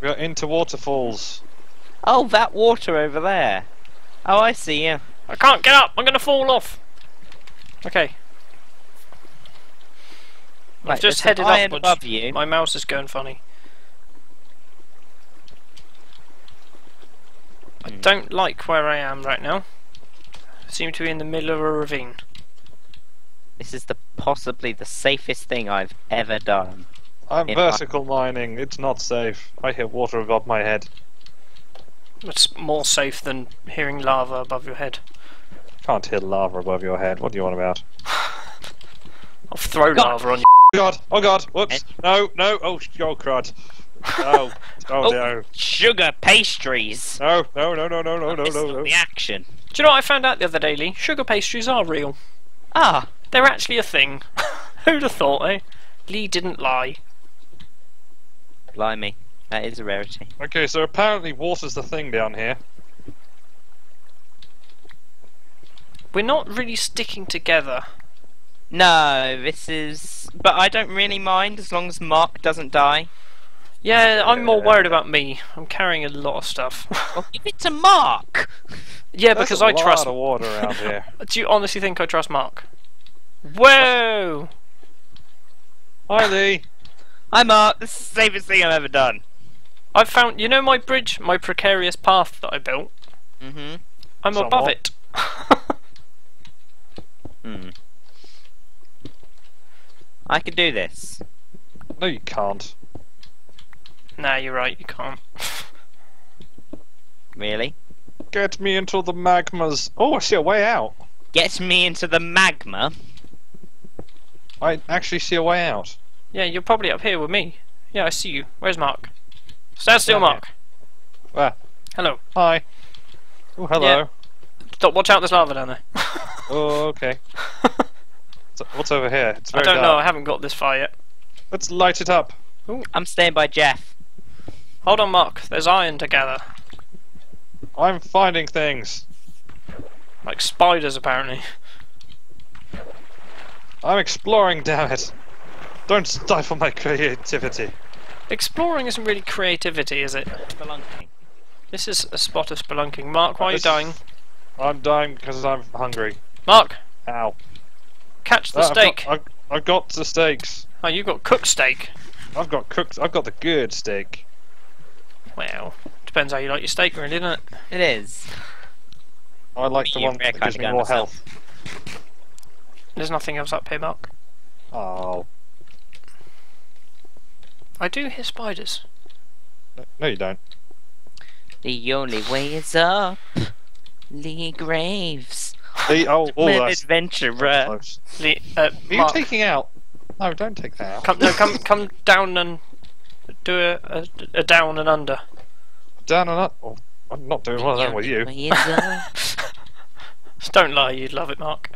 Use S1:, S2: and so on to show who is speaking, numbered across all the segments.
S1: We are into waterfalls.
S2: Oh, that water over there. Oh, I see you.
S3: I can't get up. I'm going to fall off. Okay.
S2: Right,
S3: I've just
S2: there's
S3: headed
S2: some iron
S3: upwards.
S2: above you.
S3: My mouse is going funny. I
S1: Hmm.
S3: don't like where I am right now. I seem to be in the middle of a ravine.
S2: This is the possibly the safest thing I've ever done.
S1: I'm
S2: In-
S1: vertical mining. It's not safe. I hear water above my head.
S3: It's more safe than hearing lava above your head.
S1: Can't hear lava above your head. What do you want about?
S3: I'll throw
S2: God.
S3: lava on you.
S1: God! Oh God! Whoops!
S2: Eh?
S1: No! No! Oh, sh- oh crud! Oh! Oh,
S2: Oh.
S1: no!
S2: Sugar pastries.
S1: No! No! No! No! No! No! No!
S2: This
S1: No!
S2: is
S1: No!
S2: the action.
S3: Do you know what I found out the other day, Lee? Sugar pastries are real.
S2: Ah,
S3: They're actually a thing. Who'd have thought, eh? Lee didn't lie.
S2: blimey, that is a rarity.
S1: Okay, so apparently water's the thing down here.
S3: We're not really sticking together.
S2: No, this is. But I don't really mind as long as Mark doesn't die.
S3: Yeah, I'm more
S1: Yeah.
S3: worried about me. I'm carrying a lot of stuff.
S2: Well, give it to Mark.
S3: yeah,
S1: There's
S3: because
S1: a
S3: I trust.
S1: lot of water out here.
S3: Do you honestly think I trust Mark? Whoa!
S1: Hi, Lee.
S2: Hi, Mark. This is the safest thing I've ever done.
S3: I've found. You know my bridge, my precarious path that I built?
S2: Mm-hmm.
S3: I'm above
S1: Somewhat.
S3: it.
S2: Hmm. I can do this.
S1: No, you can't.
S3: nah, you're right, you can't.
S2: Really?
S1: Get me into the magmas. Oh, I see a way out.
S2: Gets me into the magma.
S1: I actually see a way out.
S3: Yeah, you're probably up here with me. Yeah, I see you. Where's Mark? Stand
S1: Down
S3: still,
S1: here.
S3: Mark.
S1: Where?
S3: Hello.
S1: Ah, Hi. Oh, hello.
S3: Yeah. Stop, watch out, there's lava down there.
S1: Oh, okay. So, what's over here? It's
S3: I
S1: very
S3: don't know, I
S1: dark.
S3: haven't got this far yet.
S1: Let's light it up.
S2: I'm staying by Jeff.
S3: Hold on, Mark. There's iron to gather.
S1: I'm finding things.
S3: Like spiders, apparently.
S1: I'm exploring, damn it. Don't stifle my creativity.
S3: Exploring isn't really creativity, is it?
S2: Spelunking.
S3: This is a spot of spelunking. Mark, why are you
S1: This-
S3: dying?
S1: I'm dying because I'm hungry.
S3: Mark,
S1: Ow.
S3: catch the
S1: Ah, I've got-
S3: steak.
S1: I've, I've got the steaks.
S3: Oh, you got cooked steak.
S1: I've got cooked. I've got the good steak.
S3: Well, depends how you like your steak, really, doesn't it?
S2: It is.
S1: I like the
S2: You
S1: one that
S2: reckon
S1: gives me
S2: I'm
S1: more
S2: going
S1: health.
S3: There's nothing else up here, Mark.
S1: Oh.
S3: I do hear spiders.
S1: No, you don't.
S2: The only way is up. Lee Graves.
S1: The, oh, oh,
S2: I'm an
S1: that's
S2: adventurer.
S1: close.
S3: Le-
S1: Are
S3: uh,
S1: you
S3: Mark,
S1: taking out? No, don't take that out.
S3: come, no, come, come down and do a, a, a down and under.
S1: Down and up. Oh, I'm not doing well then with
S2: The
S1: you.
S2: only way is up.
S3: Just don't lie, you'd love it, Mark.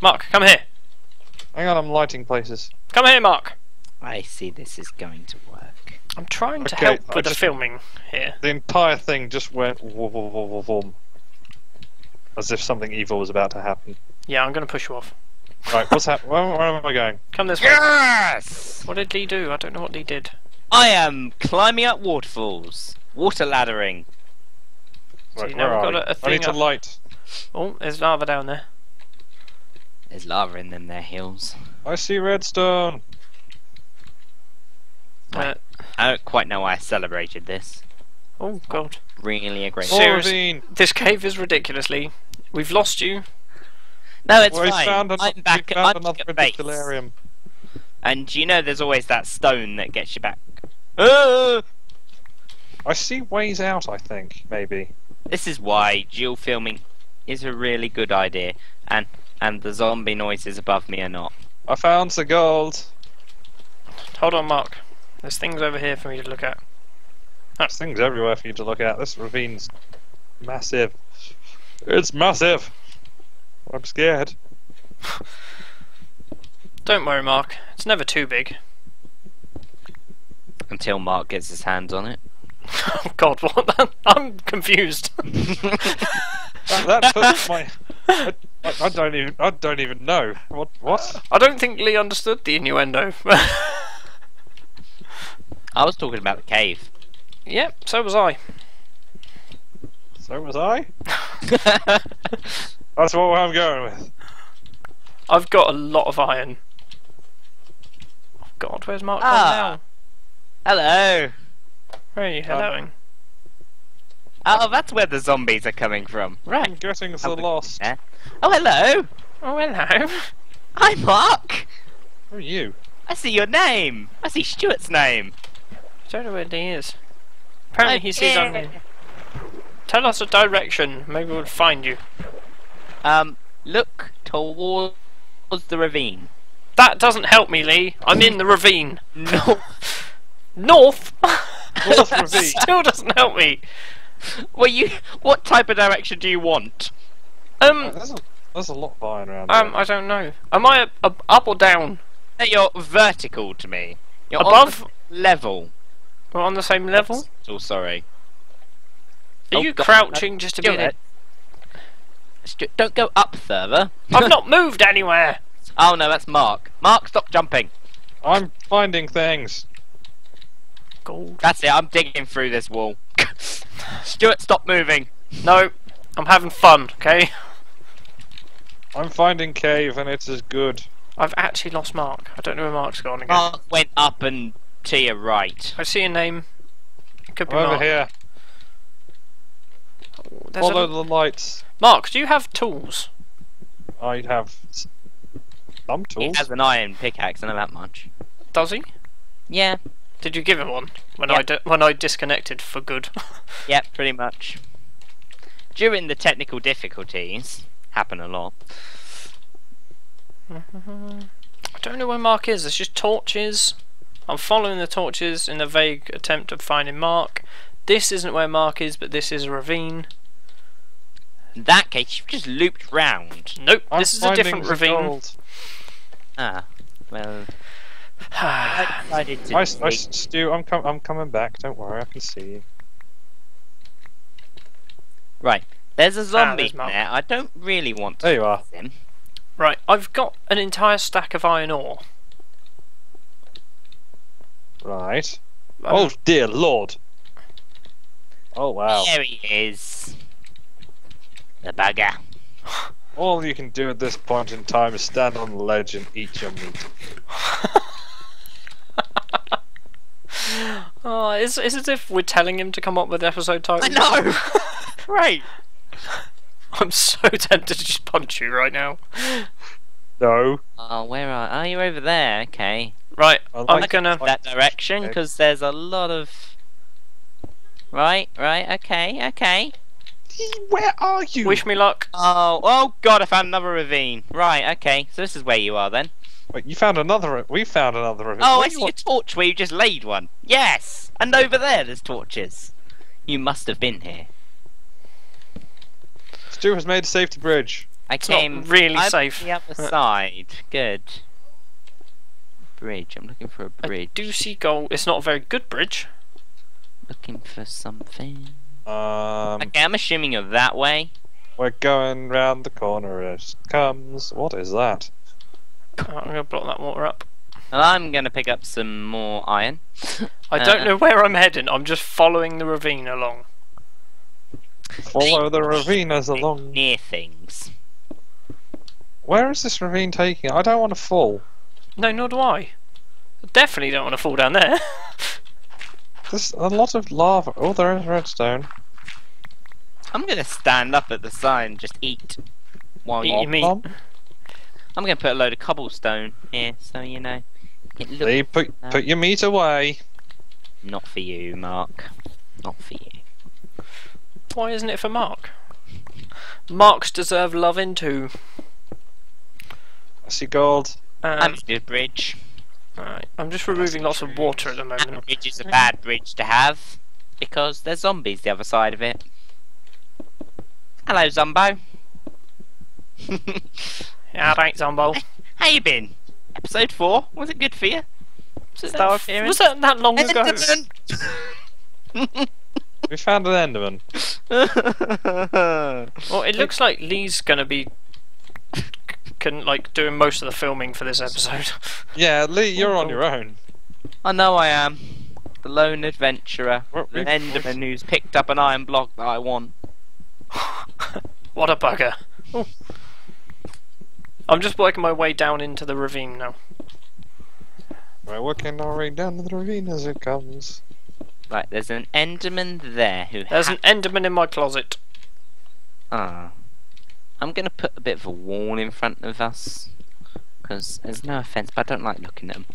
S3: Mark, come here.
S1: Hang on, I'm lighting places.
S3: Come here, Mark.
S2: I see this is going to work.
S3: I'm trying to
S1: Okay,
S3: help
S1: I
S3: with the
S1: just-
S3: filming here.
S1: The entire thing just went whoom, whoom, whoom, whoom, whoom. as if something evil was about to happen.
S3: Yeah, I'm going to push you off.
S1: Right, what's happening? Where, where am I going?
S3: Come this way.
S2: Yes!
S3: What did Lee do? I don't know what Lee did.
S2: I am climbing up waterfalls. Water laddering.
S1: Right, where
S3: you now
S1: are
S3: we've
S1: we?
S3: got a- a
S1: I
S3: thing
S1: need to
S3: up-
S1: light.
S3: Oh, there's lava down there.
S2: There's lava in them there hills.
S1: I see redstone.
S3: Uh,
S2: Right. I don't quite know why I celebrated this.
S3: oh, God.
S2: Really a great
S3: Oh. Serious-
S1: Orvine.
S3: This cave is ridiculously. We've lost you.
S2: No, it's
S1: we
S2: fine.
S1: found, an-
S2: I'm back
S1: we
S2: at,
S1: found
S2: I'm
S1: another
S2: back at base.
S1: ridicularium.
S2: And you know there's always that stone that gets you back. Oh!
S1: I see ways out, I think, maybe.
S2: This is why dual filming is a really good idea. And and the zombie noises above me are not.
S1: I found the gold.
S3: Hold on, Mark. There's things over here for me to look at.
S1: There's things everywhere for you to look at. This ravine's massive. It's massive. I'm scared.
S3: Don't worry, Mark. It's never too big.
S2: Until Mark gets his hands on it.
S3: Oh, God, what? I'm confused.
S1: That, that took my. I, I don't even. I don't even know. What? What?
S3: I don't think Lee understood the innuendo.
S2: I was talking about the cave.
S3: Yep, so was I.
S1: So was I. That's what I'm going with.
S3: I've got a lot of iron. Oh God, where's Mark
S2: Ah.
S3: gone
S2: Hello.
S3: now? Where are you helloing?
S2: Oh, that's where the zombies are coming from.
S1: I'm
S3: Right.
S1: getting the
S2: Have a-
S1: lost.
S2: Yeah. Oh, hello.
S3: Oh, hello.
S2: Hi, Mark.
S1: Who are you?
S2: I see your name. I see Stuart's name.
S3: don't know where he is. Apparently he sees
S2: Okay.
S3: I'm here. Tell us a direction. Maybe we'll find you.
S2: Um, look towards the ravine.
S3: That doesn't help me, Lee. I'm in the ravine.
S2: No.
S3: North.
S1: North ravine.
S3: Still doesn't help me.
S2: Well, you. What type of direction do you want?
S3: Um,
S1: There's a, there's a lot buying around.
S3: um,
S1: here.
S3: I don't know. Am I up, up, up or down?
S2: No, You're vertical to me. You're on
S3: Above?
S2: the level.
S3: We're on the same level.
S2: Oh, sorry.
S3: Are
S2: Oh,
S3: you
S2: God.
S3: crouching just to be
S2: Stuart.
S3: there?
S2: Stu- Don't go up further.
S3: I've not moved anywhere.
S2: Oh no, that's Mark. Mark, stop jumping.
S1: I'm finding things.
S3: Gold.
S2: That's it. I'm digging through this wall. Stuart, stop moving.
S3: No, I'm having fun. Okay.
S1: I'm finding cave, and it is good.
S3: I've actually lost Mark. I don't know where Mark's gone again.
S2: Mark went up and to your right.
S3: I see a name. It could be
S1: I'm over
S3: Mark.
S1: here.
S3: There's a-
S1: Follow the lights.
S3: Mark, do you have tools?
S1: I have s- some
S2: He
S1: tools.
S2: has an iron pickaxe. I know that much.
S3: Does he?
S2: Yeah.
S3: Did you give him one when
S2: Yeah.
S3: I di- when I disconnected for good?
S2: Yep. Pretty much. During the technical difficulties, happen a lot.
S3: I don't know where Mark is. It's just torches. I'm following the torches in a vague attempt of finding Mark. This isn't where Mark is, but this is a ravine.
S2: In that case, you've just looped round.
S3: Nope,
S1: I'm
S3: this is a
S1: finding
S3: different
S1: the
S3: ravine.
S1: gold.
S2: Ah. Well,
S3: I
S1: Ah,
S2: I decided to.
S1: I, s- I s-
S2: dig-
S1: Stu, I'm, com- I'm coming back. Don't worry, I can see you.
S2: Right. There's a zombie
S3: there's Mark.
S2: there. I don't really want to
S1: Ah, There you are.
S2: see him.
S3: Right, I've got an entire stack of iron ore.
S1: Right.
S3: I
S1: oh
S3: mean,
S1: dear lord. Oh wow.
S2: There he is. The bugger.
S1: All you can do at this point in time is stand on the ledge and eat your meat.
S3: oh, it's, it's as if we're telling him to come up with episode titles.
S2: I know. Great.
S3: I'm so tempted to just punch you right now.
S1: No.
S2: Oh, where are? Are you over there? Okay.
S3: Right,
S1: I
S3: I'm
S1: like-
S3: gonna.
S1: I-
S2: that direction
S1: Okay.
S2: because there's a lot of. Right, right, okay, okay.
S1: Where are you?
S3: Wish me luck.
S2: Oh, oh God! I found another ravine. Right, okay. So this is where you are then.
S1: Wait, you found another. We found another of it.
S2: Oh,
S1: What
S2: I
S1: do you
S2: see a
S1: want-
S2: torch where you just laid one. Yes, and over there there's torches. You must have been here.
S1: Stu has made a safety bridge.
S2: I
S3: not
S2: came
S3: really
S2: I'm
S3: safe.
S2: The other side. Good. Bridge. I'm looking for a
S3: I
S2: bridge.
S3: do see gold. It's not a very good bridge.
S2: Looking for something.
S1: Um,
S2: Okay, I'm assuming you're that way.
S1: we're going round the corner. It comes. What is that?
S3: Oh, I'm gonna block that water up.
S2: And I'm gonna pick up some more iron.
S3: I don't
S2: Uh,
S3: know where I'm heading. I'm just following the ravine along.
S1: Follow the ravine as along.
S2: near things.
S1: Where is this ravine taking? I don't want to fall.
S3: No, nor do I. I definitely don't want to fall down there.
S1: There's a lot of lava. Oh, there is redstone.
S2: I'm gonna stand up at the sign and just eat. While
S3: Eat
S2: you...
S3: your meat.
S1: Um,
S2: I'm gonna put a load of cobblestone here, so you know. It looks
S1: Lee, put put your meat away.
S2: not for you, Mark. Not for you.
S3: Why isn't it for Mark? Marks deserve love in too.
S1: I see gold.
S2: I'm
S3: Um,
S2: just a bridge.
S3: right, I'm just removing lots of water at the
S2: That
S3: moment.
S2: bridge is a bad bridge to have because there's zombies the other side of it. Hello, Zombo.
S3: Yeah, right, Zombo.
S2: How you been? Episode four. Was it good for you? Was it Star appearance?
S3: Was that that long ago?
S1: We found an Enderman.
S3: Well, it looks like Lee's gonna be can like doing most of the filming for this episode.
S1: Yeah, Lee, you're on your own.
S2: I know I am. the lone adventurer,
S1: What-
S2: the enderman who's picked up an iron block that I want.
S3: What a bugger. Oh. I'm just working my way down into the ravine now.
S1: We're working our way down to the ravine as it comes.
S2: Right, there's an enderman there who
S3: There's
S2: ha-
S3: an enderman in my closet.
S2: Ah. I'm going to put a bit of a wall in front of us. Because there's no offence, but I don't like looking at them.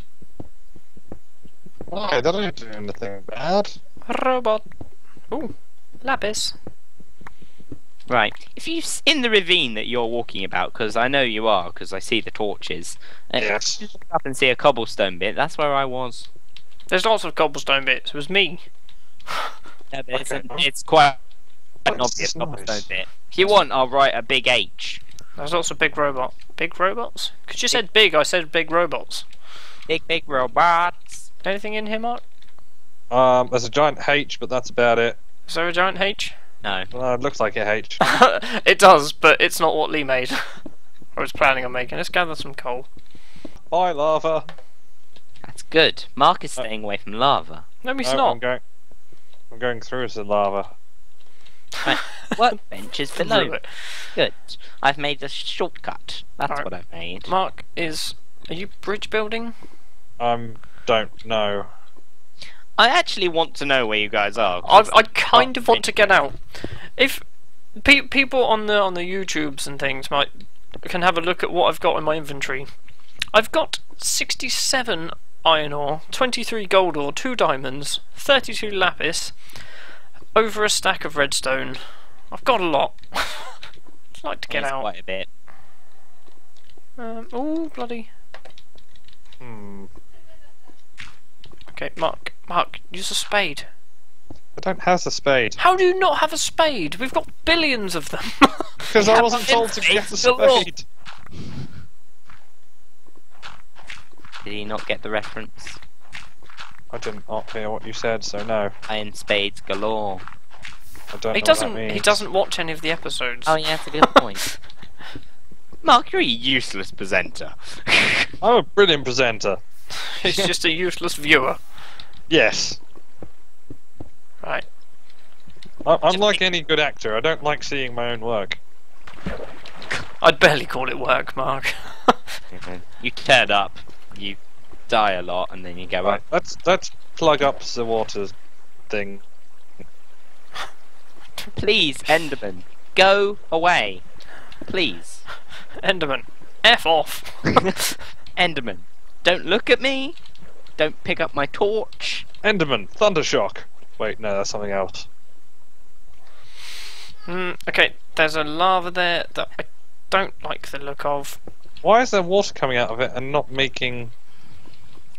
S1: Why? They Oh, don't do anything bad.
S3: Robot. Ooh, lapis.
S2: Right. If you s- in the ravine that you're walking about, because I know you are, because I see the torches. and if
S1: Yes.
S2: you look Up and see a cobblestone bit. That's where I was.
S3: There's lots of cobblestone bits. It was me.
S2: Yeah, but it's,
S1: Okay.
S2: an- it's quite an
S1: That's
S2: obvious
S1: nice.
S2: cobblestone bit. If you want, I'll write a big H.
S3: There's lots of big robot. Big robots? Because you said big, I said big robots.
S2: Big, big robots.
S3: Anything in here, Mark?
S1: Um, there's a giant H, but that's about it.
S3: Is there a giant H?
S2: No.
S1: Uh, it looks like a H.
S3: it does, but it's not what Lee made. I was planning on making. Let's gather some coal.
S1: Bye, lava.
S2: That's good. Mark
S3: Uh,
S2: is staying away from lava.
S3: No, he's
S1: No,
S3: not.
S1: Oh, I'm going. I'm going through some lava.
S2: Workbench is
S3: Through
S2: below.
S3: it.
S2: Good. I've made a shortcut. That's
S3: Alright.
S2: what I've made.
S3: Mark is. Are you bridge building?
S1: Um, don't know.
S2: I actually want to know where you guys are.
S3: I,
S2: 'cause
S3: I kind
S2: Oh,
S3: of want to get
S2: thank
S3: out. If pe- people on the on the YouTubes and things might can have a look at what I've got in my inventory. I've got 67 iron ore, 23 gold ore, 2 diamonds, 32 lapis, over a stack of redstone. I've got a lot. I'd like to get
S2: It's
S3: out.
S2: Quite a bit.
S3: Um, oh, bloody.
S1: Hmm.
S3: Okay, Mark, Mark, use a spade.
S1: I don't have the spade.
S3: How do you not have a spade? We've got billions of them.
S1: Because I wasn't told to
S2: it's
S1: get the
S2: the law.
S1: spade.
S2: Did he not get the reference?
S1: I didn't not hear what you said, so no.
S2: Iron spades galore.
S1: I don't
S3: He
S1: know
S3: doesn't.
S1: what that means.
S3: He doesn't watch any of the episodes.
S2: Oh, yeah, that's a good point. Mark, you're a useless presenter.
S1: I'm a brilliant presenter.
S3: He's just a useless viewer.
S1: Yes.
S3: Right.
S1: I- I'm like any good actor. I don't like seeing my own work.
S3: I'd barely call it work, Mark.
S2: you turn up, you die a lot, and then you go
S1: Right.
S2: up.
S1: Let's let's plug up the water thing.
S2: Please, Enderman, go away. Please.
S3: Enderman, f off.
S2: Enderman, don't look at me. Don't pick up my torch.
S1: Enderman, Thundershock. Wait, no, that's something else.
S3: Hmm, okay, there's a lava there that I don't like the look of.
S1: Why is there water coming out of it and not making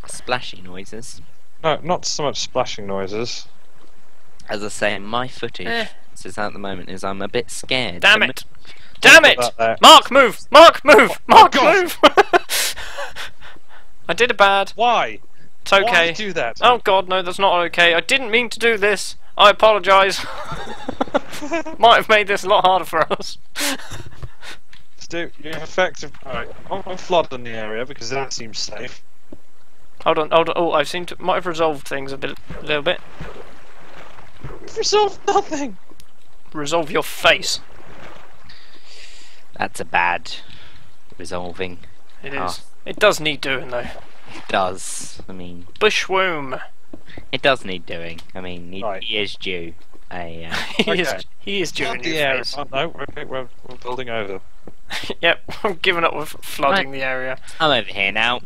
S2: Splashy noises.
S1: no, not so much splashing noises?
S2: As I say, my footage
S3: Eh.
S2: this is at the moment is I'm a bit scared.
S3: Damn
S2: I'm-
S3: it! Damn
S1: Think
S3: it!
S1: about that. Oh,
S3: Mark, move! Mark, move! Mark,
S1: God.
S3: move! I did a bad.
S1: Why?
S3: It's
S1: Why
S3: okay.
S1: do that?
S3: Oh god, no, that's not okay. I didn't mean to do this. I apologise. Might have made this a lot harder for us.
S1: Stu, you have effective. Alright, I'm I'm flooding the area because that seems safe.
S3: hold on, hold on. Oh, I've seemed to might have resolved things a bit, a little bit.
S1: You've resolved nothing.
S3: Resolve your face.
S2: That's a bad resolving.
S3: It is.
S2: Ah.
S3: It does need doing though.
S2: It does. I mean,
S3: Bushworm.
S2: it does need doing. I mean, he,
S1: Right.
S2: he is due a. Uh,
S3: He
S1: Okay.
S3: is. He is doing
S1: Flood
S3: your
S1: the area.
S3: face.
S1: Oh, no, okay, we're, we're building over.
S3: yep. I'm giving up with flooding the area.
S2: I'm over here now.